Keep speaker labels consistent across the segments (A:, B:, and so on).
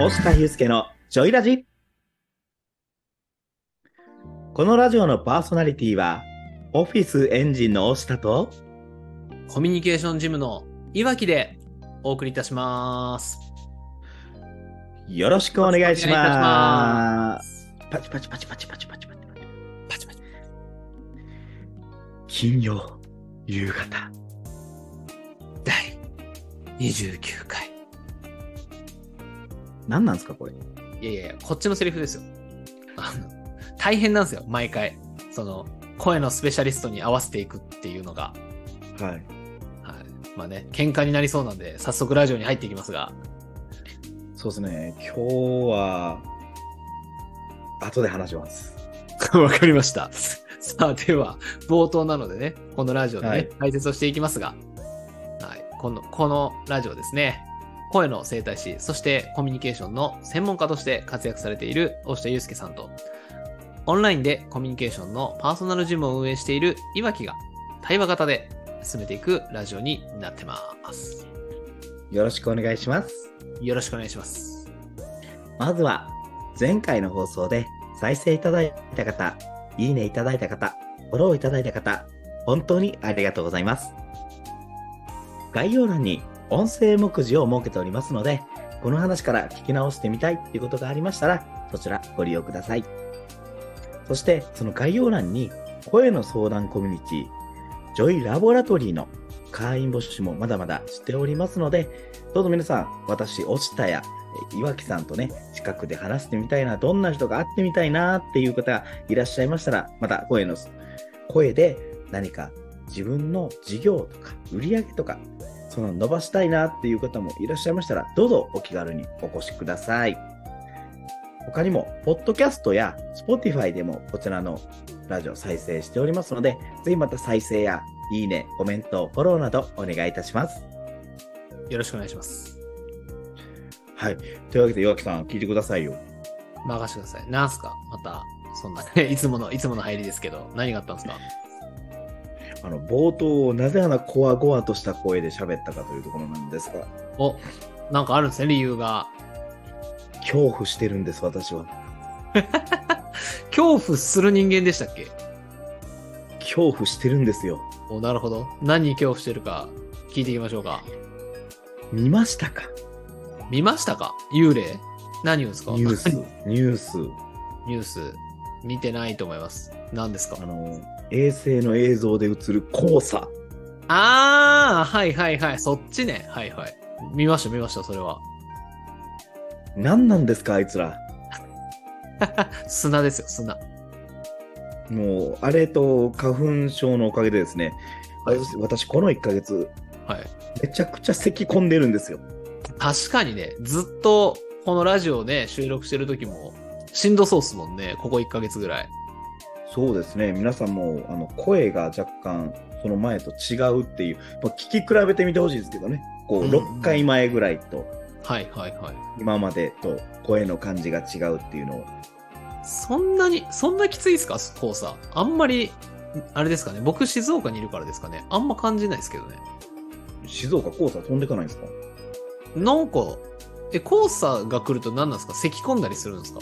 A: 大塚祐介のジョイラジこのラジオのパーソナリティはオフィスエンジンの大下と
B: コミュニケーションジムのいわきでお送りいたします。
A: よろしくお願いしま
B: お願いいたします
A: パチパチパチパチパチパチパチパチパチパチ金曜夕方
B: 第29回。
A: 何なんですかこれ
B: いやいやいや、こっちのセリフですよ。あの、大変なんですよ、毎回。その、声のスペシャリストに合わせていくっていうのが。
A: はい
B: はい。まあね、喧嘩になりそうなんで、早速ラジオに入っていきますが。
A: そうですね今日は後で話します
B: わかりました。さあ、では、冒頭なのでね、このラジオでね、
A: はい
B: 解説をしていきますが、はい、この、このラジオですね、声の整体師、そしてコミュニケーションの専門家として活躍されている大下祐介さんと、オンラインでコミュニケーションのパーソナルジムを運営しているいわきが、対話型で進めていくラジオになってます。
A: よろしくお願いします
B: よろしくお願いします。
A: まずは前回の放送で再生いただいた方、いいねいただいた方、フォローいただいた方、本当にありがとうございます。概要欄に音声目次を設けておりますので、この話から聞き直してみたいっていうことがありましたら、そちらご利用ください。そして、その概要欄に声の相談コミュニティ、ジョイラボラトリーの会員募集もまだまだしておりますので、どうぞ皆さん、私、落ちたや、え岩木さんとね、近くで話してみたいな、どんな人が会ってみたいなっていう方がいらっしゃいましたら、また声の、声で何か自分の事業とか売り上げとか、その伸ばしたいなっていう方もいらっしゃいましたら、どうぞお気軽にお越しください。他にも、ポッドキャストや Spotify でもこちらのラジオ再生しておりますので、ぜひまた再生や、いいね、コメント、フォローなどお願いいたします。
B: よろしくお願いします。
A: はい。というわけで、岩木さん、聞いてくださいよ。
B: 任せてください。なんすかまた、そんな、ね、いつもの、いつもの入りですけど、何があったんですか
A: あの、冒頭をなぜあの、こわごわとした声で喋ったかというところなんですが、
B: お、なんかあるんですね、理由が。
A: 恐怖してるんです、私は。
B: 恐怖する人間でしたっけ
A: 恐怖してるんですよ。
B: お、なるほど。何に恐怖してるか聞いていきましょうか。
A: 見ましたか
B: 見ましたか幽霊何をですか
A: ニュース
B: ニ、
A: ニュース、
B: ュース。見てないと思います。何ですか
A: あの、衛星の映像で映る黄砂。
B: あー、はいはいはい。そっちね。はいはい。見ました見ました、それは。
A: 何なんですか、あいつら。
B: 砂ですよ、砂。
A: もう、あれと花粉症のおかげでですね、
B: はい
A: 私、私この1ヶ月、
B: はい。
A: めちゃくちゃ咳込んでるんですよ。
B: 確かにね、ずっとこのラジオね、収録してる時も、しんどそうっすもんね。ここ1ヶ月ぐらい。
A: そうですね、皆さんもあの声が若干その前と違うっていう、まあ、聞き比べてみてほしいですけどね、こう
B: うん
A: 6回前ぐらいと、
B: はいはいはい。
A: 今までと声の感じが違うっていうのを、
B: そんなに、そんなきついですか黄砂。あんまり、あれですかね。僕、静岡にいるからですかね。あんま感じないですけどね。
A: 静岡、黄砂飛んでかないんですか
B: なんか、え、黄砂が来ると何なんですか咳込んだりするんですか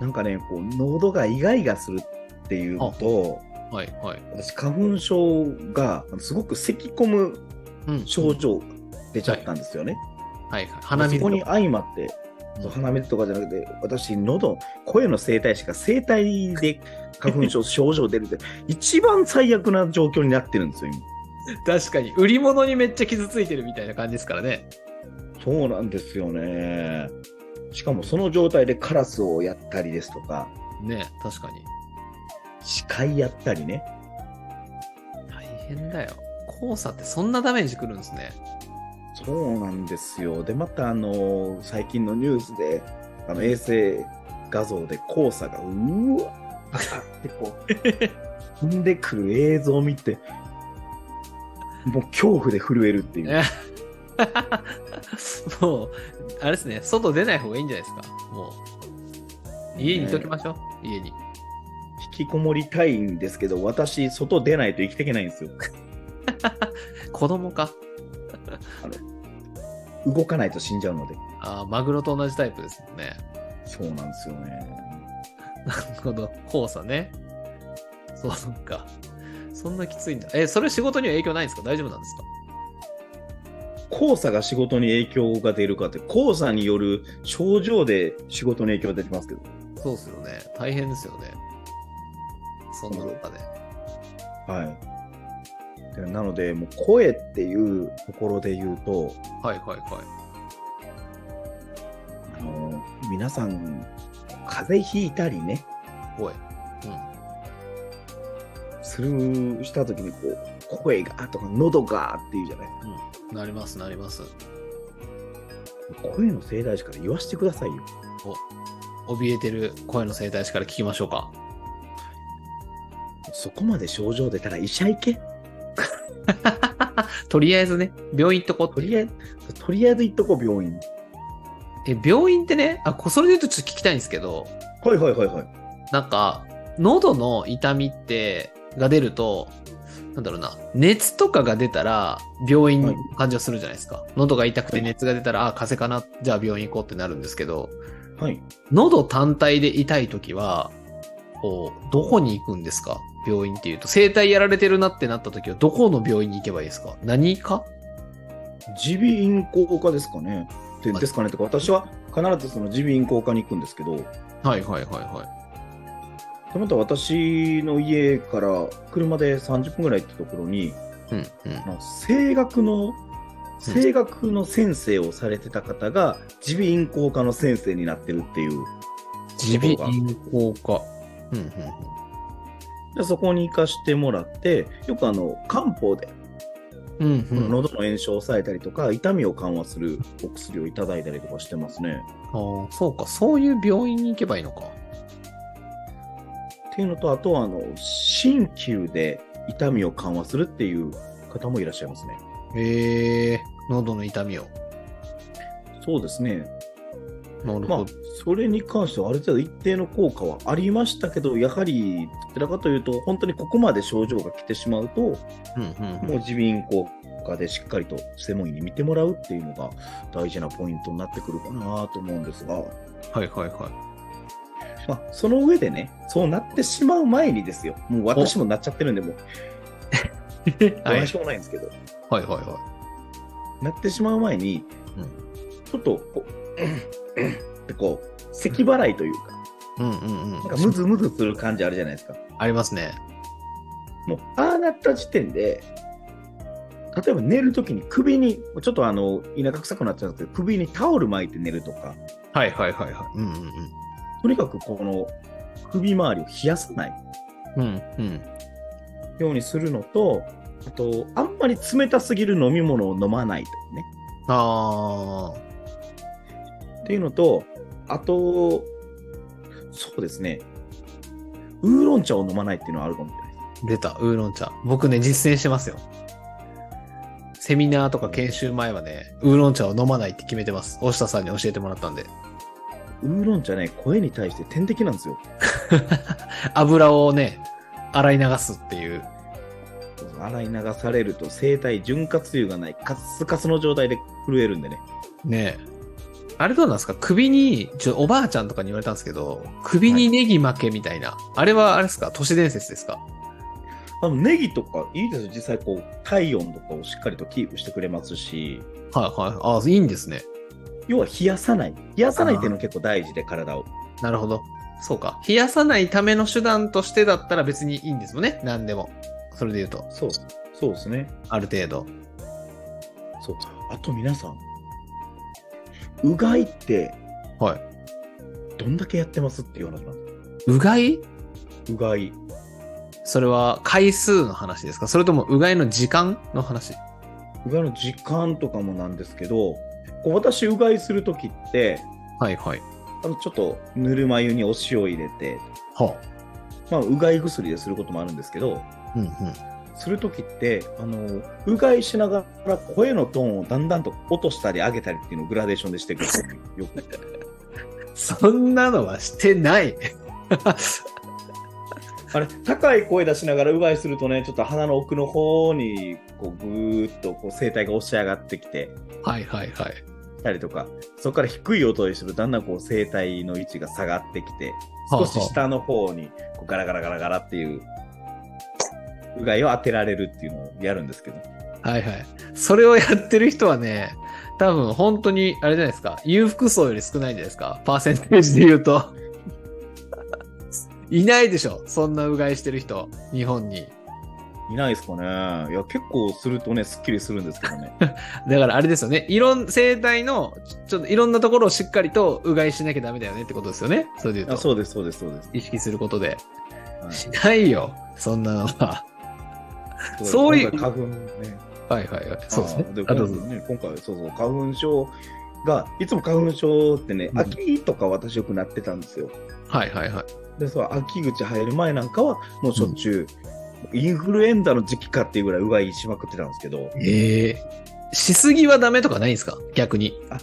A: なんかね、こう喉がイガイガするっていうのと、
B: はい、はい。
A: 私、花粉症があのすごく咳込む
B: うん
A: 症。状出ちゃったんですよね。
B: はい、はい。鼻
A: そ
B: 水と
A: こに
B: か
A: 相まって
B: うん
A: 鼻水とかじゃなくて、私、喉、声の声帯しか声帯で花粉症、症状出るって、 一番最悪な状況になってるんですよ、今。
B: 確かに、売り物にめっちゃ傷ついてるみたいな感じですからね。
A: そうなんですよね。しかもその状態でカラスをやったりですとか、
B: ね確かに。
A: 鹿やったりね。
B: 大変だよ。黄砂ってそんなダメージくるんですね。
A: そうなんですよ。で、また、あの、最近のニュースで、あの、衛星画像で黄砂が、うーわーってこ う、飛んでくる映像を見て、もう恐怖で震えるっていう。
B: えもう、あれですね。外出ない方がいいんじゃないですか。もう。家にいときましょう。家に。
A: 引きこもりたいんですけど、私、外出ないと生きていけないんですよ。
B: 子供か。
A: 動かないと死んじゃうので。
B: あーマグロと同じタイプですもんね。
A: そうなんですよね。
B: なるほど。交差ね。そう、そっか。そんなきついんだ。え、それ仕事には影響ないんですか大丈夫なんですか
A: 黄砂が仕事に影響が出るかって、黄砂による症状で仕事に影響出てますけど。
B: そうですよね。大変ですよね。そんな中で。
A: はい。でなので、もう声っていうところで言うと、
B: はいはいは
A: あの皆さん、風邪ひいたりね、
B: い。声。
A: するした時にこう声がとか喉がっていうじゃない
B: うん。なりますなります。
A: 声の盛大師から言わしてくださいよ
B: 怯えてる声の生態師から聞きましょうか。
A: そこまで症状出たら医者行け
B: とりあえずね、病院行っとことって。
A: りあえずとりあえず行っとこう病院
B: え、病院ってね、あ、こそれで言うとちょっと聞きたいんですけど、
A: はいはいはいはい
B: なんか、喉の痛みって、が出ると、なんだろうな、熱とかが出たら、病院の感じはするじゃないですか。喉が痛くて熱が出たら、あ、風邪かな、じゃあ病院行こうってなるんですけど、
A: はい
B: 喉単体で痛いときは、こう、どこに行くんですか病院っていうと。声帯やられてるなってなったときは、どこの病院に行けばいいですか何か
A: 耳鼻咽喉科ですかねで
B: はい
A: ですかねとか私は必ずその耳鼻咽喉科に行くんですけど
B: はいはいはいは
A: たまたま私の家から車で30分ぐらい行ったところに
B: い。うん、うん。
A: あの声楽の声楽の先生をされてた方が耳鼻咽喉科の先生になってるっていう
B: 耳鼻咽喉科。うんうんうん。
A: でそこに行かしてもらってよくあの漢方で
B: うんうん、
A: 喉の炎症を抑えたりとか、痛みを緩和するお薬をいただいたりとかしてますね。
B: ああ、そうか、そういう病院に行けばいいのか。
A: っていうのとあとはあの鍼灸で痛みを緩和するっていう方もいらっしゃいますね。
B: へえ、喉の痛みを。
A: そうですね、
B: なる
A: まあ
B: ほど。、
A: それに関してはある程度一定の効果はありましたけどやはりどちらかというと本当にここまで症状が来てしまうと
B: うんうんう
A: もうん耳鼻咽喉科でしっかりと専門医に見てもらうっていうのが大事なポイントになってくるかなと思うんですが、
B: はい はいは
A: まあ、その上でねそうなってしまう前にですよもう私もなっちゃってるんでもう
B: い。
A: ど
B: は
A: う
B: いはい
A: しようもないんですけど、
B: はいは
A: なってしまう前に、
B: うん
A: ちょっとこう「うんうん」 ってこう咳払いというか
B: い。うんうんうん。
A: なんかムズムズする感じあるじゃないですか
B: ありますね。
A: もうああなった時点で例えば寝るときに首にちょっとあの田舎臭くなっちゃうんですけど首にタオル巻いて寝るとか
B: はいはいはいはい。うんうん
A: とにかくこの首周りを冷やさない
B: うん。うんうん。
A: ようにするのと、あと、あんまり冷たすぎる飲み物を飲まないとかね。
B: ああ、
A: っていうのと、あと、そうですね、ウーロン茶を飲まないっていうのはあるかもしれないで
B: 出た、ウーロン茶。僕ね、実践してますよ。セミナーとか研修前はね、ウーロン茶を飲まないって決めてます。押下さんに教えてもらったんで。
A: す。ウーロン茶ね、声に対して天敵なんですよ。
B: 油をね、洗い流すっていう。
A: 洗い流されると声帯潤滑油がないカッスカスの状態で震えるんでね。
B: ねえ。あれどうなんですか首に、ちょ、おばあちゃんとかに言われたんですけど、首にネギ負けみたいな。あれは、あれですか都市伝説ですか
A: あのネギとかいいですよ。実際こう体温とかをしっかりとキープしてくれますし、
B: はいはい。ああ、いいんですね。
A: 要は冷やさない。冷やさないっていうの結構大事で体を。
B: なるほど。そうか。冷やさないための手段としてだったら別にいいんですもんね。何でも。それで言うと、
A: そう、そうですね。
B: ある程度。
A: そう。あと皆さん、うがいって
B: はい。
A: どんだけやってますっていう話なんで
B: うがい
A: す。うがい。
B: それは回数の話ですかそれともうがいの時間の話
A: うがいの時間とかもなんですけど、こう私うがいするときって、
B: はいはい。
A: あのちょっとぬるま湯にお塩を入れて、
B: は
A: まあ、うがい薬ですることもあるんですけど、
B: あ。うんうん。
A: するときって、あの、うがいしながら声のトーンをだんだんと落としたり上げたりっていうのをグラデーションでしていくっていうよく。
B: そんなのはしてない。
A: あれ、高い声出しながらうがいするとね、ちょっと鼻の奥の方に、こう、ぐーっとこう声帯が押し上がってきて、
B: はいはいはい。
A: ったりとか、そこから低い音にするとだんだんこう声帯の位置が下がってきて、
B: はあは
A: 少
B: あ
A: し下の方にこうガラガラガラガラっていう、うがいを当てられるっていうのをやるんですけど、
B: はいはい。それをやってる人はね、多分本当に、あれじゃないですか、裕福層より少ないんじゃないですか、パーセンテージで言うと。 いないでしょ、そんなうがいしてる人、日本に。
A: いないですかね。いや、結構するとね、すっきりするんですけ どね。
B: だからあれですよね、いろん、生体の、ちょちょっといろんなところをしっかりとうがいしなきゃダメだよねってことですよね、それで言
A: あ
B: うと。
A: そうです、そうです、そうです。
B: 意識することで。
A: はい
B: しないよ、そんなのは。 そういう
A: 今回花粉ね。
B: はいはいはい。そうです
A: あ
B: ね
A: ーで。
B: あ
A: 今
B: と
A: 回、ね、今回、そうそう、花粉症が、いつも花粉症ってね
B: う、ん
A: 秋とか私よくなってたんですよ。
B: はいはいはい。
A: で、そう、秋口入る前なんかは、もうしょっちゅう、インフルエンザの時期かっていうぐらいうがいしまくってたんですけど、
B: ええしすぎはダメとかないんですか逆に。
A: ま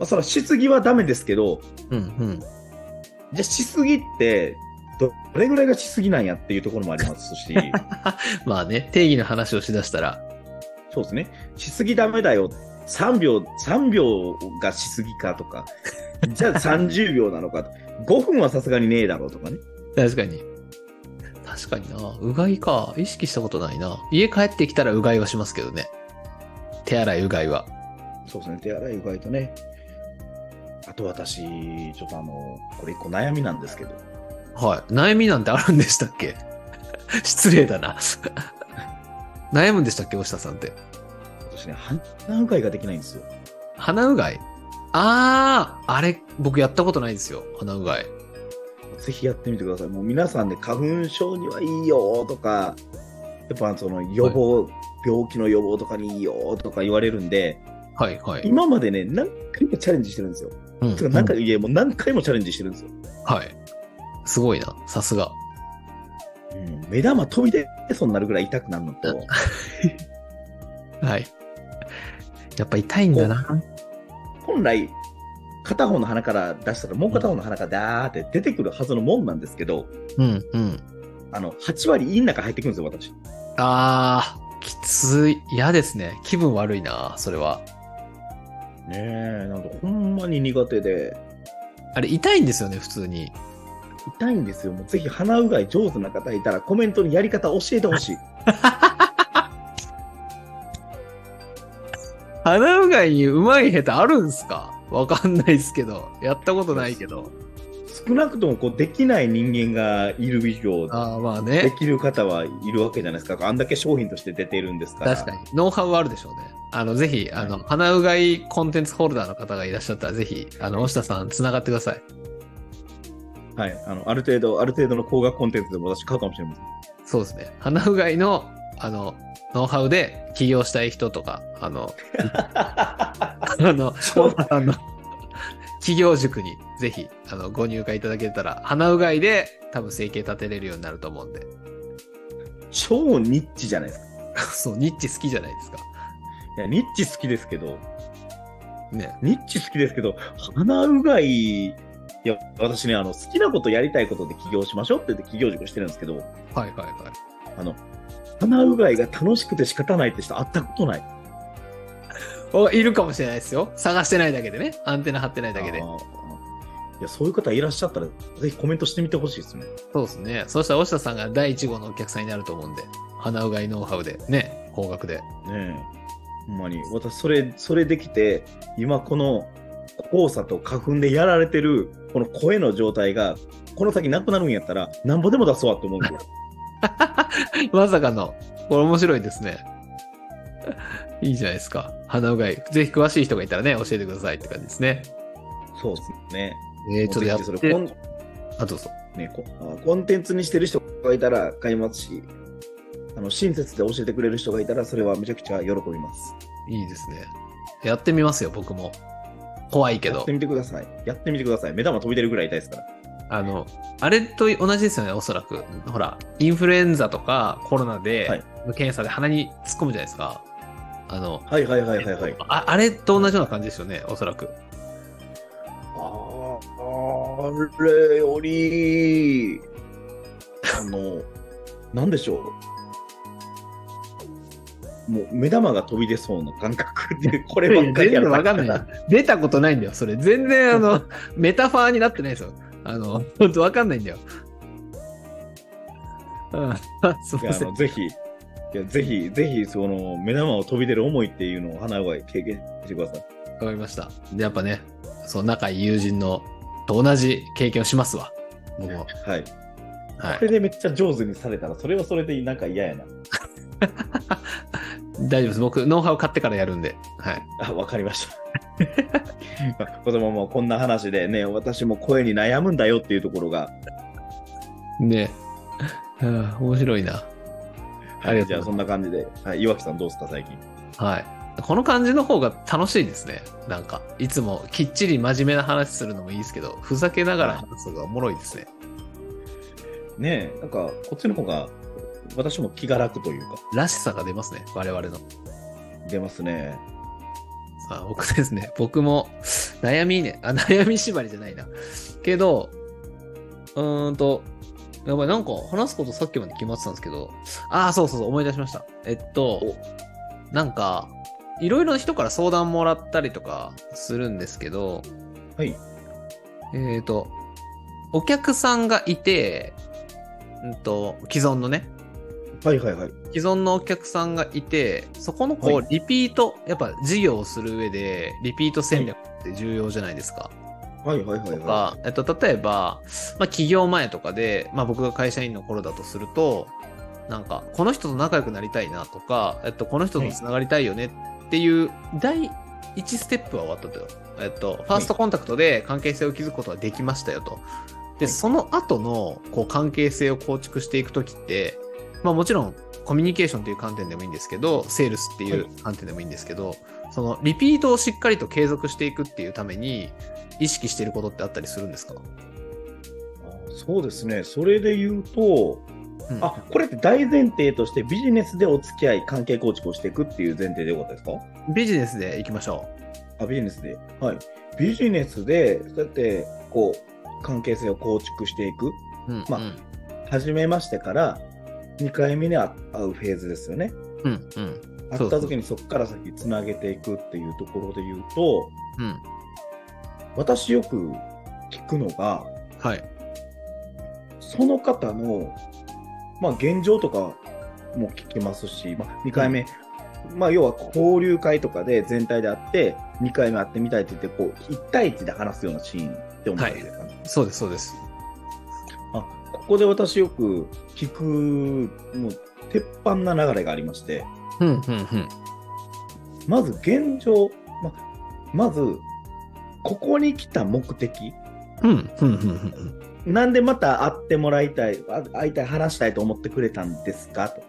A: あ、そら、しすぎはダメですけど、
B: うんうん。
A: じゃあしすぎって、どれぐらいがしすぎなんやっていうところもあります し、
B: まあね、定義の話をしだしたら。
A: そうですね。しすぎダメだよ。3秒、3秒がしすぎかとか、じゃあ30秒なのかと、5分はさすがにねえだろうとかね。
B: 確かに。確かにな。うがいか。意識したことないな。家帰ってきたらうがいはしますけどね。手洗い、うがいは。
A: そうですね、手洗いうがいとね。あと私、ちょっとあの、これ一個悩みなんですけど、
B: はい。悩みなんてあるんでしたっけ 失礼だな。 悩むんでしたっけ大下さんって。
A: 私ね、鼻うがいができないんですよ。
B: 鼻うがいあー、あれ、僕やったことないですよ。鼻うがい。
A: ぜひやってみてください。もう皆さんね、花粉症にはいいよとか、やっぱその予防、病気の予防とかにいいよとか言われるんで、
B: はい、はい。
A: 今までね、何回もチャレンジしてるんですよ。
B: う
A: てか、なんか、いや、もう何回もチャレンジしてるんですよ。
B: はい。すごいな。さすが。
A: うん目玉飛び出そうになるぐらい痛くなるのと、
B: はい。やっぱ痛いんだな。
A: 本来、片方の鼻から出したら、もう片方の鼻からダーって出てくるはずのもんなんですけど、
B: うん、うん。
A: あの、8割胃の中入ってくるんですよ、私。
B: あー、きつい。嫌ですね。気分悪いな、それは。
A: ねえ、なんかほんまに苦手で、
B: あれ、痛いんですよね、普通に。
A: 痛いんですよ。もうぜひ鼻うがい上手な方いたら、コメントにやり方教えてほしい。
B: 鼻うがいにうまい下手あるんすかわかんないですけど。やったことないけど。
A: 少なくともこうできない人間がいる以上、
B: あー、まあ
A: で
B: ね。
A: きる方はいるわけじゃないですか。あんだけ商品として出てるんですから。
B: 確かに。ノウハウはあるでしょうね。あの、ぜひ、あの、鼻うがいコンテンツホルダーの方がいらっしゃったら、ぜひ、あの、押下さん、つながってください。
A: はい、あのある程度、ある程度の高額コンテンツでも私買うかもしれません。
B: そうですね。鼻うがいの、あの、ノウハウで起業したい人とか、あ の、あの、
A: そう
B: あの、企業塾にぜひ、あの、ご入会いただけたら、鼻うがいで多分生計立てれるようになると思うんで。
A: 超ニッチじゃないですか。
B: そう、ニッチ好きじゃないですか。
A: いや、ニッチ好きですけど、
B: ね。
A: ニッチ好きですけど、鼻うがい、いや、私ね、あの、好きなことやりたいことで起業しましょうって言って起業塾してるんですけど、
B: はいはいはい。
A: あの、鼻うがいが楽しくて仕方ないって人会ったことない。
B: お、いるかもしれないですよ。探してないだけでね。アンテナ張ってないだけで
A: あ。ーいや、そういう方いらっしゃったら、ぜひコメントしてみてほしいですね。
B: そうですね。そうしたら、押下さんが第1号のお客さんになると思うんで。鼻うがいノウハウで。ね。高額で。
A: ねえ。ほんまに。私、それ、それできて、今この、黄砂と花粉でやられてる、この声の状態が、この先なくなるんやったら、なんぼでも出すわって思うん ですよ。
B: まさかの。これ面白いですね。いいじゃないですか。鼻うがい。ぜひ詳しい人がいたらね、教えてくださいって感じですね。
A: そうですね。
B: えー、ちょっとやっ
A: もうぜひそ
B: て
A: れコ。ン
B: あ、どうぞ。
A: ね、こあコンテンツにしてる人がいたら買いますし、あの親切で教えてくれる人がいたら、それはめちゃくちゃ喜びます。
B: いいですね。やってみますよ、僕も。怖いけ
A: やっ
B: ど
A: て。みてください。やってみてください。目玉飛び出るぐらい痛いですから。
B: あの、あれと同じですよね、おそらく。ほら、インフルエンザとかコロナ
A: は
B: で
A: い、
B: 検査で鼻に突っ込むじゃないですか。あの、
A: はいはいはいはいはい。
B: ああれと同じような感じですよね、おそらく。
A: あーあれより、あの、なんでしょう。もう目玉が飛び出そうな感覚っていう、こればっ
B: 全
A: かりや
B: 然
A: る
B: わかんない。出たことないんだよ、それ。全然、あの、メタファーになってないですよ。あの、本当わかんないんだよ。うん、すい
A: い
B: ま
A: やあ
B: せん
A: の。ぜひ、いやぜひ、ぜひ、その、目玉を飛び出る思いっていうのを花が経験してください。
B: わかりました。で、やっぱね、そう、仲いい友人のと同じ経験をしますわ。僕も。
A: はい。
B: は
A: これ
B: い。
A: でめっちゃ上手にされたら、それはそれでなんか嫌やな。
B: 大丈夫です。僕、ノウハウ買ってからやるんで。はい。
A: あ、わかりま した。まあ子供もこんな話でね、私も声に悩むんだよっていうところが、
B: ねえ。 うん面白いな。ありがとうございます
A: じゃあそんな感じで、はい、岩木さんどうですか、最近。
B: はい。この感じの方が楽しいですね。なんか、いつもきっちり真面目な話するのもいいですけど、ふざけながら話すのがおもろいですね。
A: ねえ、なんか、こっちの方が、私も気が楽というから
B: しさが出ますね。我々の。
A: 出ますね。
B: あ僕ですね。僕も、悩みね、あ、悩み縛りじゃないな。けど、うーんと、やばい、なんか話すことさっきまで決まってたんですけど、ああ、そうそうそう、思い出しました。えっと、なんか、いろいろな人から相談もらったりとかするんですけど、
A: はい。
B: えっ、と、お客さんがいて、うんと、既存のね、
A: はいはいはい。
B: 既存のお客さんがいて、そこのこ
A: は
B: う、リピート、やっぱ事業をする上で、リピート戦略って重要じゃないですか。
A: はいはいはい
B: と
A: は
B: か、えっと、例えば、まあ、起業前とかで、まあ、僕が会社員の頃だとすると、なんか、この人と仲良くなりたいなとか、えっと、この人とつながりたいよねっていう、第1ステップは終わったとよ。えっと、ファーストコンタクトで関係性を築くことはできましたよと。で、
A: はい
B: その後の、こう、関係性を構築していくときって、まあ、もちろん、コミュニケーションという観点でもいいんですけど、セールスっていう観点でもいいんですけど、その、リピートをしっかりと継続していくっていうために、意識してることってあったりするんですか、
A: い。そうですね。それで言うと、
B: うん
A: あ、これって大前提としてビジネスでお付き合い、関係構築をしていくっていう前提でよかったですか
B: ビジネスでいきましょ
A: あ、ビジネスで。はい。ビジネスで、そうやって、こう、関係性を構築していく。
B: う。うん
A: まあ初めましてから、2回目に会うフェーズですよね。
B: うん、うん、
A: 会
B: そう
A: っ
B: そ
A: た
B: う
A: 時にそこから先つなげていくっていうところで言うと、
B: うん。
A: 私よく聞くのが、
B: はい。
A: その方の、まあ、現状とかも聞きますし、まあ、2回目、まあ、要は交流会とかで全体であって、2回目会ってみたいって言って、こう、1対1で話すようなシーンって思うんですかね。
B: そうです、そうです。
A: あここで私よく聞く、もう、鉄板な流れがありまして、
B: うん、うん、うん。
A: まず現状、ままず、ここに来た目的、
B: うん、うん、うん、うん。
A: なんでまた会ってもらいたい、あ会いたい、話したいと思ってくれたんですかと。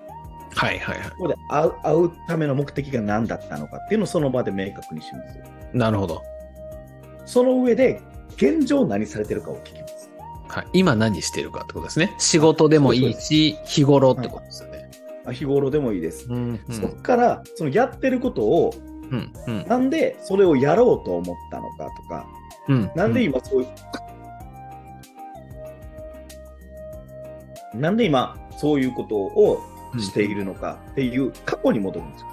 B: はい、はい、は
A: ここで会う会うための目的が何だったのかっていうのをその場で明確にしますよ。
B: い。なるほど。
A: その上で、現状何されてるかを聞きます。
B: はい、今何してるかってことですね。仕事でもいいし、日頃ってことですよね。
A: あ日頃でもいいです。
B: うん、う
A: そこ
B: ん、
A: から、そのやってることを、
B: うん、うん。
A: なんでそれをやろうと思ったのかとか、
B: うん、
A: なんで今そういう、なんで今そういうことをしてい
B: る。
A: るのかっていう過去に戻るんですよ。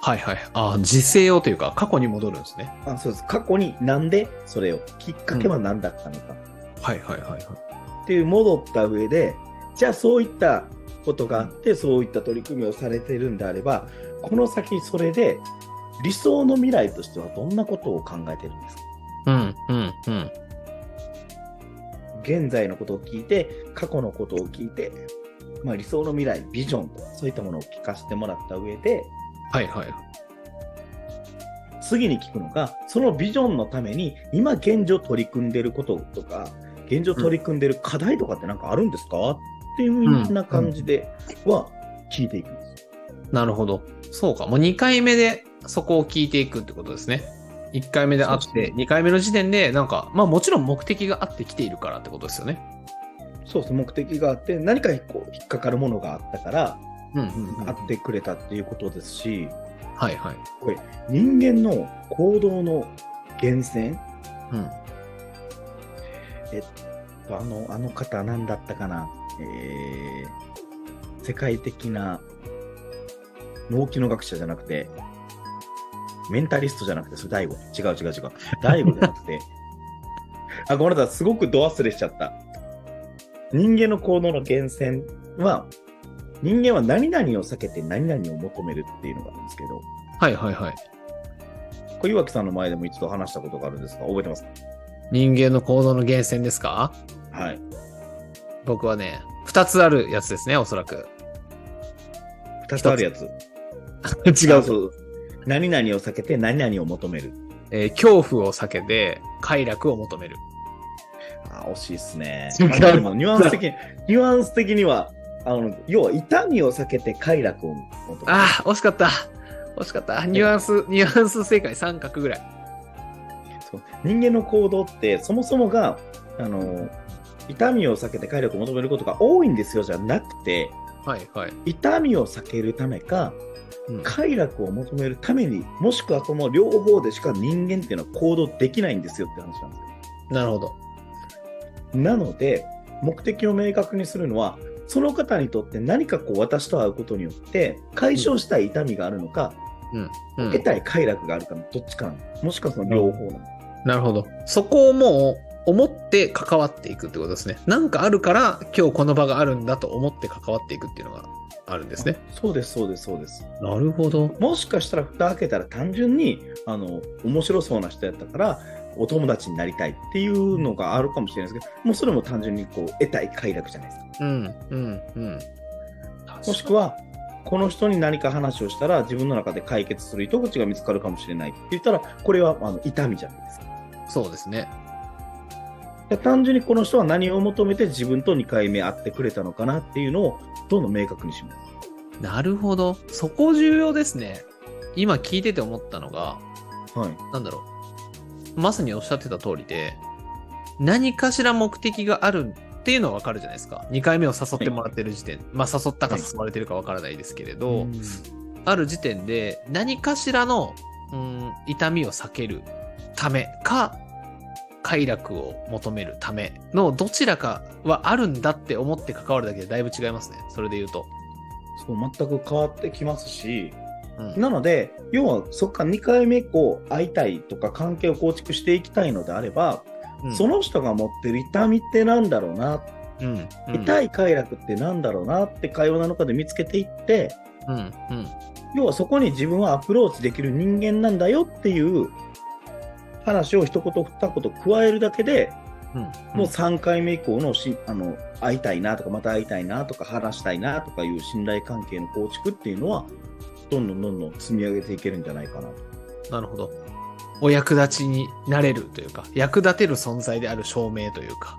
B: はい、はい。ああ、時勢をというか、過去に戻るんですね。
A: あそうです過去になんでそれをきっかけは何だったのか
B: はい、はい、はい。
A: っていう戻った上でじゃあそういったことがあってそういった取り組みをされているんであればこの先それで理想の未来としてはどんなことを考えてるんですか
B: うん、うん、うん。
A: 現在のことを聞いて過去のことを聞いて、まあ、理想の未来ビジョンそういったものを聞かせてもらった上で
B: はい、はい。
A: 次に聞くのが、そのビジョンのために、今現状取り組んでることとか、現状取り組んでる課題とかってなんかあるんですか、っていうような感じでは聞いていくんです。
B: なるほど。そうか。もう2回目でそこを聞いていくってことですね。1回目であっ
A: そうで
B: て、2回目の時点で、なんか、まあもちろん目的があって来ているからってことですよね。
A: そうそう、目的があって、何かこう引っかかるものがあったから、
B: うん、うん
A: 会ってくれたっていうことですし、
B: はいはい。
A: 人間の行動の源泉、
B: うん。
A: あのあの方何だったかな、えー世界的な脳機能学者じゃなくて、メンタリストじゃなくて、それ大悟。違う違う違う。大悟じゃなくて。 あ、ごめんなさい。すごくド忘れしちゃった。人間の行動の源泉は、人間は何々を避けて何々を求めるっていうのがあるんですけど、
B: はいはいはい。
A: これ岩城さんの前でも一度話したことがあるんですが、覚えてますか
B: 人間の行動の源泉ですか
A: はい。
B: 僕はね、二つあるやつですね、おそらく。
A: 二つあるやつ。
B: 違
A: あ。そう。何々を避けて何々を求める。
B: えー恐怖を避けて、快楽を求める。
A: あー惜しいですね。
B: 違う
A: まあでもニュアンス的に、ニュアンス的には、あの、要は痛みを避けて快楽を求める。
B: ああ、惜しかった。惜しかった。ニュアンス、ニュアンス正解三角ぐらい。
A: そう人間の行動ってそもそもがあの痛みを避けて快楽を求めることが多いんですよじゃなくて
B: はいはい。
A: 痛みを避けるためか
B: うん
A: 快楽を求めるためにもしくはその両方でしか人間っていうのは行動できないんですよって話なんですよ
B: なるほど。
A: なので目的を明確にするのはその方にとって何かこう私と会うことによって解消したい痛みがあるのか、
B: うん
A: 得たい快楽があるかのどっちかなのもしくはその両方なの
B: なるほど。そこをもう思って関わっていくってことですね。なんかあるから今日この場があるんだと思って関わっていくっていうのがあるんですね。
A: そうですそうですそうです
B: なるほど。
A: もしかしたら蓋開けたら単純にあの面白そうな人やったからお友達になりたいっていうのがあるかもしれないですけどもうそれも単純にこう得たい快楽じゃないですか
B: うんうんうん。
A: もしくはこの人に何か話をしたら自分の中で解決する糸口が見つかるかもしれないって言ったらこれはあの痛みじゃないですか
B: そうですね。
A: だから単純にこの人は何を求めて自分と2回目会ってくれたのかなっていうのをどんどん明確にします
B: なるほど。そこ重要ですね。今聞いてて思ったのが、
A: はい、
B: なんだろう。まさにおっしゃってた通りで、何かしら目的があるっていうのはわかるじゃないですか。2回目を誘ってもらってる時点。まあ誘ったか誘われてるかわからないですけれど、
A: うん
B: ある時点で何かしらの、うん、痛みを避けるためか快楽を求めるためのどちらかはあるんだって思って関わるだけでだいぶ違いますねそれで言うと、
A: そう全く変わってきますし
B: うん、
A: なので、要はそこから2回目以降会いたいとか関係を構築していきたいのであれば、
B: うん
A: その人が持ってる痛みってなんだろうな、
B: うんうん
A: 痛い快楽ってなんだろうなって会話の中で見つけていって、
B: うんうん
A: 要はそこに自分はアプローチできる人間なんだよっていう話を一言二言加えるだけで、
B: うん
A: もう3回目以降のしあの会いたいなとかまた会いたいなとか話したいなとかいう信頼関係の構築っていうのはどんどんどんどん積み上げていけるんじゃないかなと。
B: なるほどお役立ちになれるというか役立てる存在である証明というか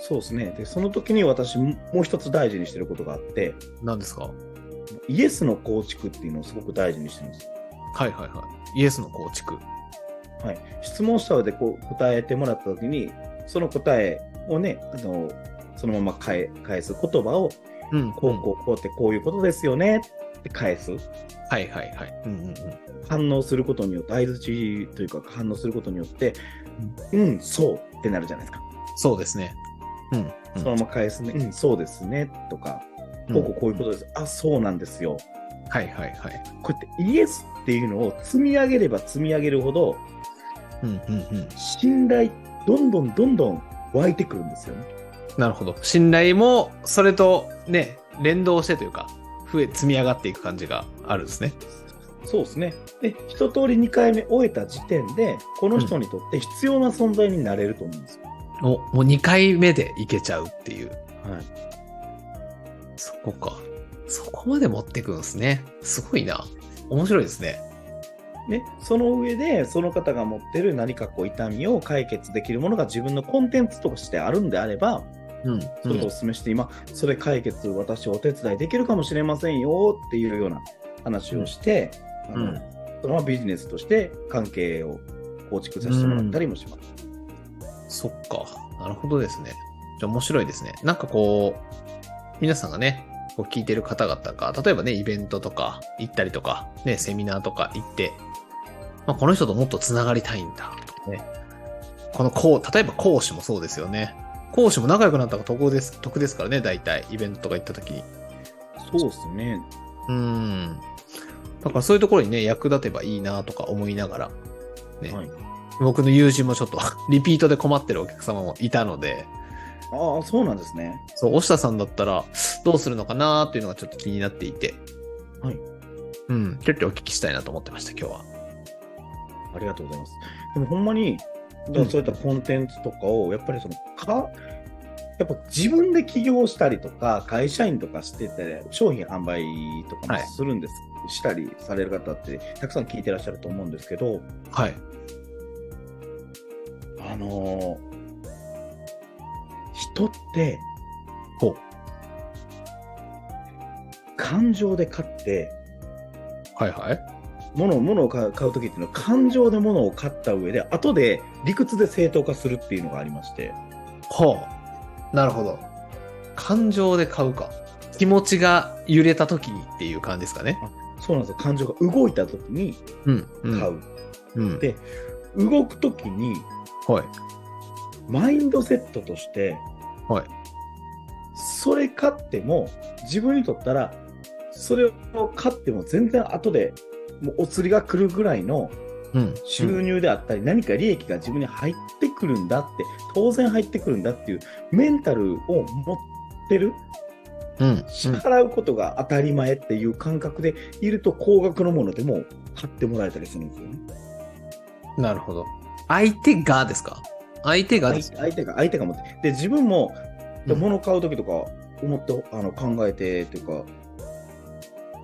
A: そうですね。で、その時に私、ももう一つ大事にしてることがあって、
B: 何ですか
A: イエスの構築っていうのをすごく大事にしてるんです。
B: はいはいはいイエスの構築
A: はい。質問した上でこう答えてもらった時に、その答えをね、あの、そのまま返返す言葉を、
B: うん
A: こうこうこうってこういうことですよねって返す。
B: はいはいはいうんうんうん
A: 反応することによって、相づちというか反応することによって、うん、そうってなるじゃないですか。
B: そうですねうんうん
A: そのまま返すね。うん、そうですね。とか、
B: うん
A: こうこうこういうことです。あ、そうなんですよ。
B: はいはいはい。
A: こうやってイエスっていうのを積み上げれば積み上げるほど
B: うんうんうん。
A: 信頼どんどんどんどん湧いてくるんですよね。
B: なるほど。信頼も、それとね、連動してというか、増え、積み上がっていく感じがあるんですね。
A: そうですね。で一通り2回目終えた時点でこの人にとって必要な存在になれると思うんですよ。
B: お、もう2回目でいけちゃうっていう。
A: はい、
B: そこか。そこまで持ってくんですね。すごいな。面白いですね。
A: ねその上でその方が持ってる何かこう痛みを解決できるものが自分のコンテンツとしてあるんであれば
B: うん。
A: それをお勧めして今、それ解決私お手伝いできるかもしれませんよっていうような話をして。
B: う
A: あの
B: ん。
A: そのままビジネスとして関係を構築させてもらったりもします。
B: そっか。なるほどですね。じゃあ面白いですね。なんかこう、皆さんがね、こう聞いてる方々が、例えばね、イベントとか行ったりとか、ね、セミナーとか行って、まあ、この人ともっと繋がりたいんだ、とかね。このこう、例えば講師もそうですよね。講師も仲良くなった方が得です、得ですからね、大体、イベントとか行った時に。
A: そうですね。
B: うん。だからそういうところにね、役立てばいいなとか思いながら、ね
A: はい
B: 僕の友人もちょっと リピートで困ってるお客様もいたので、
A: ああ、そうなんですね。
B: そう、押下さんだったらどうするのかなっていうのがちょっと気になっていて、
A: はい。
B: うん、ちょっとお聞きしたいなと思ってました、今日は。
A: ありがとうございます。でもほんまに、だから
B: うん
A: そういったコンテンツとかを、やっぱりその、か、やっぱ自分で起業したりとか、会社員とかしてて、商品販売とか
B: はい
A: もするんです、したりされる方って、たくさん聞いてらっしゃると思うんですけど、
B: はい。
A: あのー人って、
B: ほう。
A: 感情で買って、
B: はいはい。
A: 物を物を買う買う時っていうのは、感情で物を買った上で、後で理屈で正当化するっていうのがありまして、
B: ほう。なるほど。感情で買うか。気持ちが揺れた時にっていう感じですかね。
A: そうなんですよ感情が動いた時に
B: うん。うん、
A: 買う、
B: うん。
A: で動く時に
B: はい。
A: マインドセットとして、
B: はい
A: それ買っても自分にとったらそれを買っても全然後でもうお釣りが来るぐらいの
B: うん。
A: 収入であったり、何か利益が自分に入ってくるんだって当然入ってくるんだっていうメンタルを持ってる
B: うん。うん。
A: 支払うことが当たり前っていう感覚でいると高額のものでも買ってもらえたりするんですよね。
B: なるほど。相手がですか相手がで
A: 相
B: す。
A: 相手が相手が持ってで自分もで
B: うん
A: 物買う時とか思って、あの考えてというか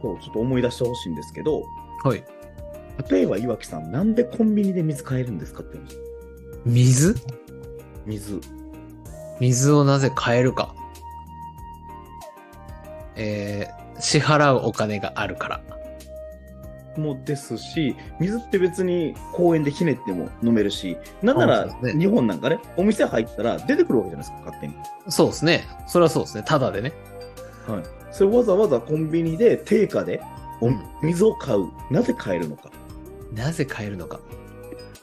A: そうちょっと思い出してほしいんですけど
B: はい。
A: 例えば岩木さんなんでコンビニで水買えるんですかって言うんですよ
B: 水
A: 水
B: 水をなぜ買えるか。えー、支払うお金があるから。
A: もですし水って別に公園でひねっても飲めるしなんな
B: あ
A: ら
B: そうですね
A: 日本なんかねお店入ったら出てくるわけじゃないですか勝手に、
B: そうですね。それはそうですね。ただでね。
A: はい、それわざわざコンビニで定価でお
B: うん
A: 水を買うなぜ買えるのか
B: なぜ買えるのか。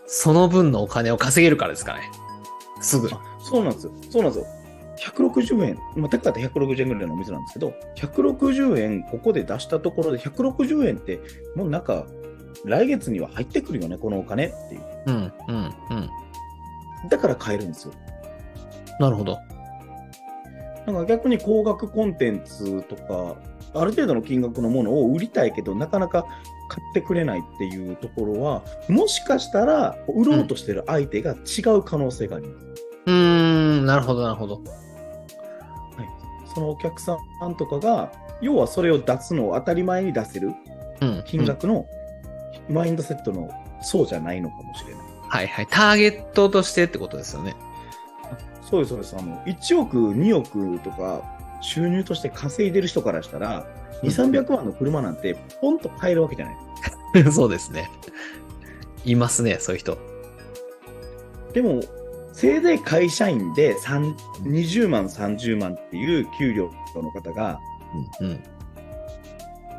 B: その分のお金を稼げるからですかね。すぐ。
A: あそうなんですよ。そうなんですよ。160円、まあ、高かったら160円ぐらいのお店なんですけど、160円ここで出したところで、160円って、もうなんか、来月には入ってくるよね、このお金っていう。
B: うん、うん、うん。
A: だから買えるんですよ。
B: なるほど。
A: なんか逆に高額コンテンツとか、ある程度の金額のものを売りたいけど、なかなか買ってくれないっていうところは、もしかしたら、売ろうとしてる相手が違う可能性があります。
B: うーん、なるほど、なるほど。
A: そのお客さんとかが、要はそれを出すのを当たり前に出せる
B: うん。
A: 金額のマインドセットのそうじゃないのかもしれない。
B: うんはいはい。ターゲットとしてってことですよね。
A: そうです、そうです。あの、1億、2億とか収入として稼いでる人からしたら、2、300万の車なんてポンと買えるわけじゃない。
B: そうですね。いますね、そういう人。
A: でも、せいぜい会社員で3 20万、30万っていう給料の方が
B: うん、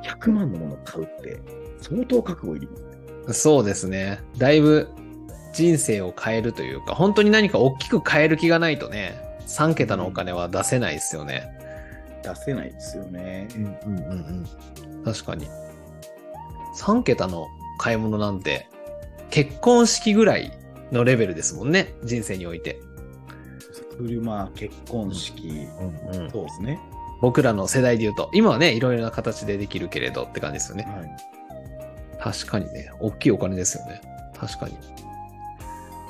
A: 100万のものを買うって相当覚悟いります。
B: うん。そうですね。だいぶ人生を変えるというか、本当に何か大きく変える気がないとね、3桁のお金は出せないですよね。
A: 出せないですよね。
B: うんうんうんうん。確かに。3桁の買い物なんて、結婚式ぐらいのレベルですもんね、人生において。
A: 車、結婚式、
B: うん
A: そうですね。
B: 僕らの世代で言うと、今はね、いろいろな形でできるけれどって感じですよね。
A: はい
B: 確かにね、大きいお金ですよね。確かに。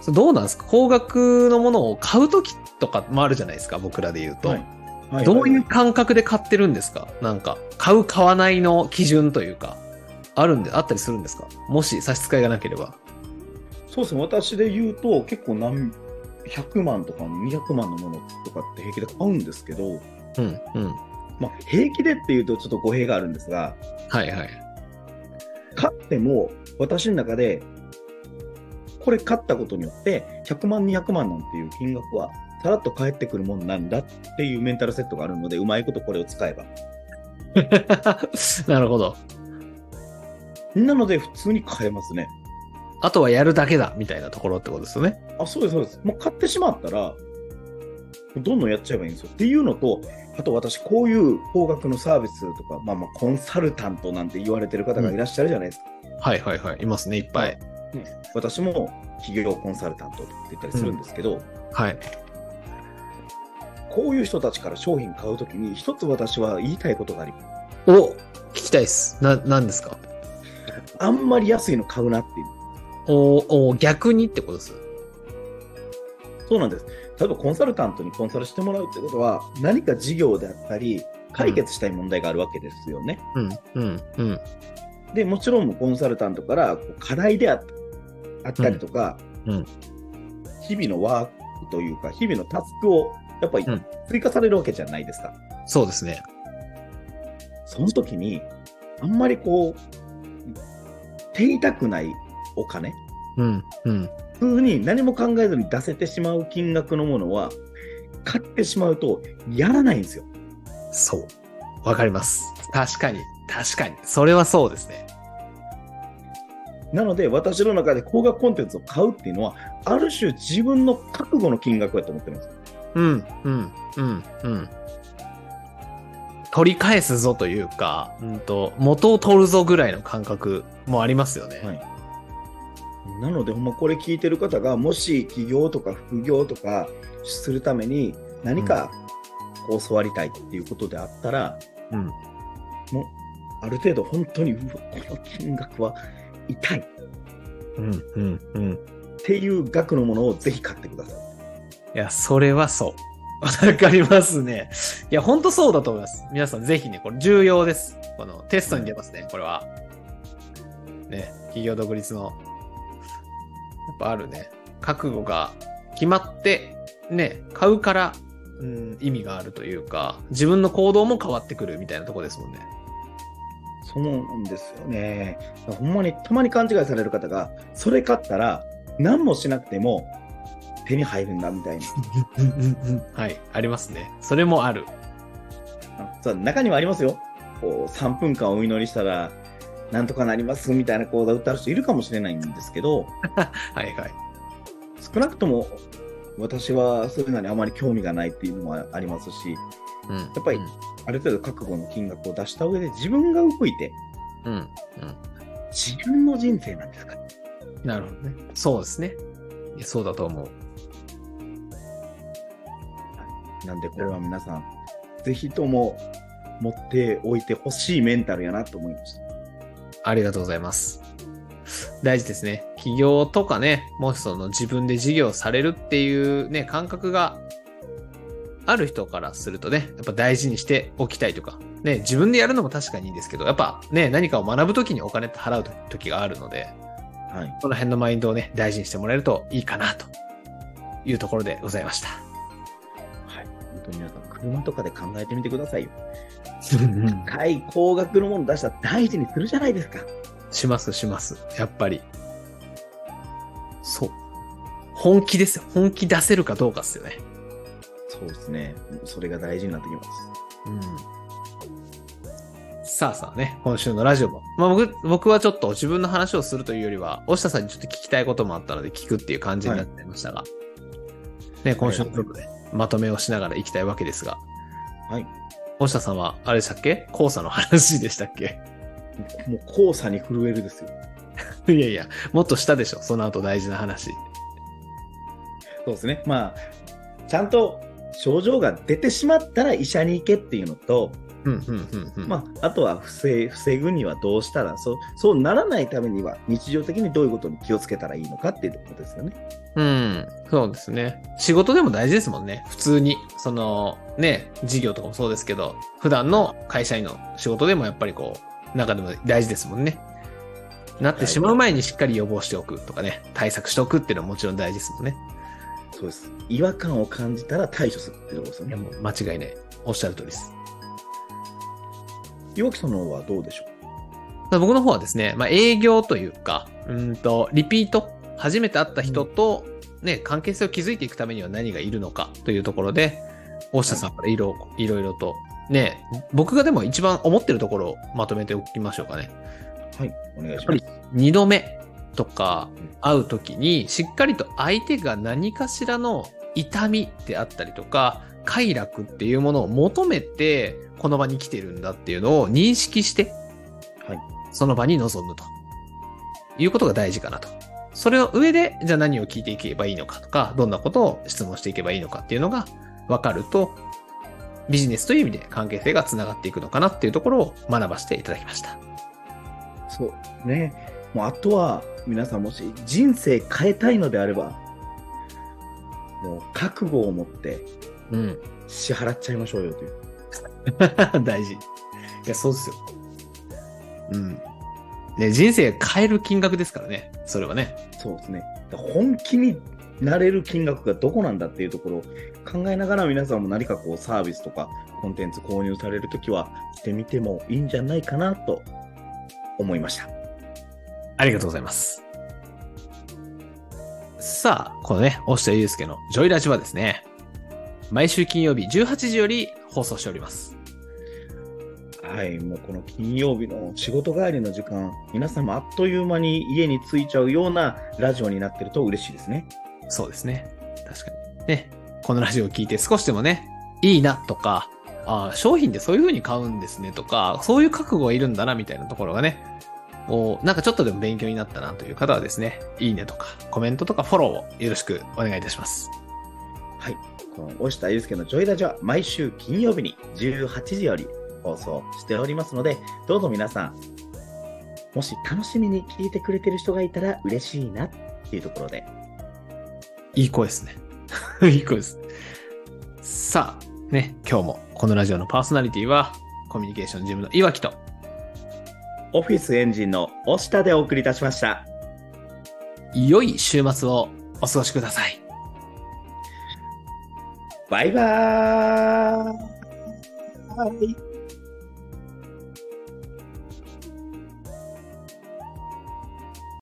B: それどうなんですか高額のものを買うときとかもあるじゃないですか、僕らで言うと。
A: はいは
B: どういう感覚で買ってるんですかなんか、買う、買わないの基準というか、あるんで、あったりするんですかもし差し支えがなければ。
A: そうですね、私で言うと、結構何100万とか200万のものとかって平気で買うんですけど、
B: うん、うん。
A: まあ、平気でっていうとちょっと語弊があるんですが、
B: はい はい。
A: 買っても私の中で、これ買ったことによって、100万、200万なんていう金額は、さらっと返ってくるもんなんだっていうメンタルセットがあるので、うまいことこれを使えば。
B: なるほど。
A: なので、普通に買えますね。
B: あとはやるだけだ、みたいなところってことですよね。
A: あ、そうです、そうです。もう買ってしまったら、どんどんやっちゃえばいいんですよ。っていうのと、あと私、こういう高額のサービスとか、まあまあコンサルタントなんて言われてる方がいらっしゃるじゃないですか。
B: はいはいはい。いますね、いっぱい。
A: 私も企業コンサルタントって言ったりするんですけど、
B: はい。
A: こういう人たちから商品買うときに、一つ私は言いたいことがあります。
B: お聞きたいっす。な、何ですか
A: あんまり安いの買うなっていう。
B: おお逆にってことです。
A: そうなんです。例えばコンサルタントにコンサルしてもらうってことは、何か事業であったり、解決したい問題があるわけですよね。
B: うん、うん、うん。
A: で、もちろんコンサルタントからこう課題であっあったりとか、
B: うんうん
A: 日々のワークというか、日々のタスクをやっぱり
B: うん
A: 追加されるわけじゃないですか。
B: そうですね。
A: その時に、あんまりこう、手痛くないお金、
B: うん、うん。
A: 普通に何も考えずに出せてしまう金額のものは、買ってしまうとやらないんですよ。
B: そう。わかります。確かに。確かに。それはそうですね。
A: なので、私の中で高額コンテンツを買うっていうのは、ある種自分の覚悟の金額やと思ってるんですよ。
B: うん、うん、うん、うん。取り返すぞというか、うんと、元を取るぞぐらいの感覚もありますよね。
A: はいなので、ほんまこれ聞いてる方が、もし起業とか副業とかするために、何かこう教わりたいっていうことであったら、
B: うん。
A: もうある程度本当に、うわこの金額は痛いっ
B: うん、うん、うん。
A: ていう額のものをぜひ買ってください。
B: いや、それはそう。わかりますね。いや、ほんとそうだと思います。皆さん、ぜひね、これ重要です。このテストに出ますね、これは。ね、企業独立の。やっぱあるね。覚悟が決まって、ね、買うから、うん、意味があるというか、自分の行動も変わってくるみたいなとこですもんね。
A: そうなんですよね。ほんまにたまに勘違いされる方が、それ買ったら何もしなくても手に入るんだみたいな。
B: はい、ありますね。それもある。
A: あそう中にはありますよ。こう3分間お祈りしたら、なんとかなりますみたいな講座を打ってある人いるかもしれないんですけど、
B: はいはい。
A: 少なくとも私はそれなりにあまり興味がないっていうのもありますし、
B: うん。や
A: っぱりある程度覚悟の金額を出した上で自分が動いて、
B: うん、うん。
A: 自分の人生なんですから
B: なるほどね。そうですね。いやそうだと思う。
A: なんで、これは皆さん、ぜひとも持っておいてほしいメンタルやなと思いました。
B: ありがとうございます。大事ですね。起業とかね、もしその自分で事業されるっていうね、感覚がある人からするとね、やっぱ大事にしておきたいとか、ね、自分でやるのも確かにいいんですけど、やっぱね、何かを学ぶときにお金って払う時があるので、
A: はい。
B: この辺のマインドをね、大事にしてもらえるといいかなというところでございました。
A: はい。本当に皆さん、車とかで考えてみてくださいよ。
B: うん
A: 高い高額のもの出したら大事にするじゃないですか。
B: します、します。やっぱり。そう。本気ですよ。本気出せるかどうかっすよね。
A: そうですね。それが大事になってきます。
B: さあさあね、今週のラジオも。まあ僕、僕はちょっと自分の話をするというよりは、押下さんにちょっと聞きたいこともあったので聞くっていう感じになってましたが。ね、今週のちょっとね、まとめをしながら行きたいわけですが。
A: はい。
B: 押下さんは、あれでしたっけ黄砂の話でしたっけ
A: もう交差に震えるですよ。
B: いやいや、もっとしたでしょ、その後大事な話。
A: そうですね。まあ、ちゃんと症状が出てしまったら医者に行けっていうのと、
B: うん、うん、うん、うん。
A: まあ、あとは防い防ぐにはどうしたらそう、そうならないためには日常的にどういうことに気をつけたらいいのかっていうことですよね。
B: うん、そうですね。仕事でも大事ですもんね。普通に。その、ね、事業とかもそうですけど、普段の会社員の仕事でもやっぱりこう、中でも大事ですもんね。なってしまう前にしっかり予防しておくとかね、対策しておくっていうのはもちろん大事ですもんね。
A: そうです。違和感を感じたら対処するっていうことですよ
B: いや、
A: ね。
B: もう間違いない。おっしゃる通りです。
A: 岩木さんの方はどうでしょう
B: まあ僕の方はですね、まあ、営業というか、うんと、リピート、初めて会った人と、ね、関係性を築いていくためには何がいるのかというところで、大下さんからいろいろいろと、ね、僕がでも一番思ってるところをまとめておきましょうかね。
A: はい、お願いします。
B: 二度目とか
A: うん
B: 会う時にしっかりと相手が何かしらの痛みであったりとか快楽っていうものを求めて、この場に来てるんだっていうのを認識して、
A: はい
B: その場に臨むと。いうことが大事かなと。それを上で、じゃあ何を聞いていけばいいのかとか、どんなことを質問していけばいいのかっていうのが分かると、ビジネスという意味で関係性がつながっていくのかなっていうところを学ばせていただきました。
A: そうね。もうあとは、皆さんもし人生変えたいのであれば、もう覚悟を持って
B: うん。
A: 支払っちゃいましょうよという。
B: 大事。いや、そうですよ。うん。ね、人生変える金額ですからね。それはね。
A: そうですね。だから本気になれる金額がどこなんだっていうところを考えながら皆さんも何かこうサービスとかコンテンツ購入されるときはしてみてもいいんじゃないかなと思いました。
B: ありがとうございます。さあ、このね、押下祐介のジョイラジはですね、毎週金曜日18時より放送しております。
A: はい、もうこの金曜日の仕事帰りの時間、皆さんもあっという間に家に着いちゃうようなラジオになってると嬉しいですね。
B: そうですね。確かに。ね、このラジオを聞いて少しでもね、いいなとか、あー商品でそういう風に買うんですねとか、そういう覚悟がいるんだなみたいなところがね、こう、なんかちょっとでも勉強になったなという方はですね、いいねとか、コメントとかフォローをよろしくお願いいたします。
A: はい、この大下祐介のジョイラジオは毎週金曜日に18時より放送しておりますので、どうぞ皆さん、もし楽しみに聞いてくれてる人がいたら嬉しいなっていうところで、
B: いい声ですね。 いい声です。さあ、ね、今日もこのラジオのパーソナリティは、コミュニケーションジムのいわきと、
A: オフィスエンジンの大下でお送りいたしました。
B: 良い週末をお過ごしください。
A: バイバーイ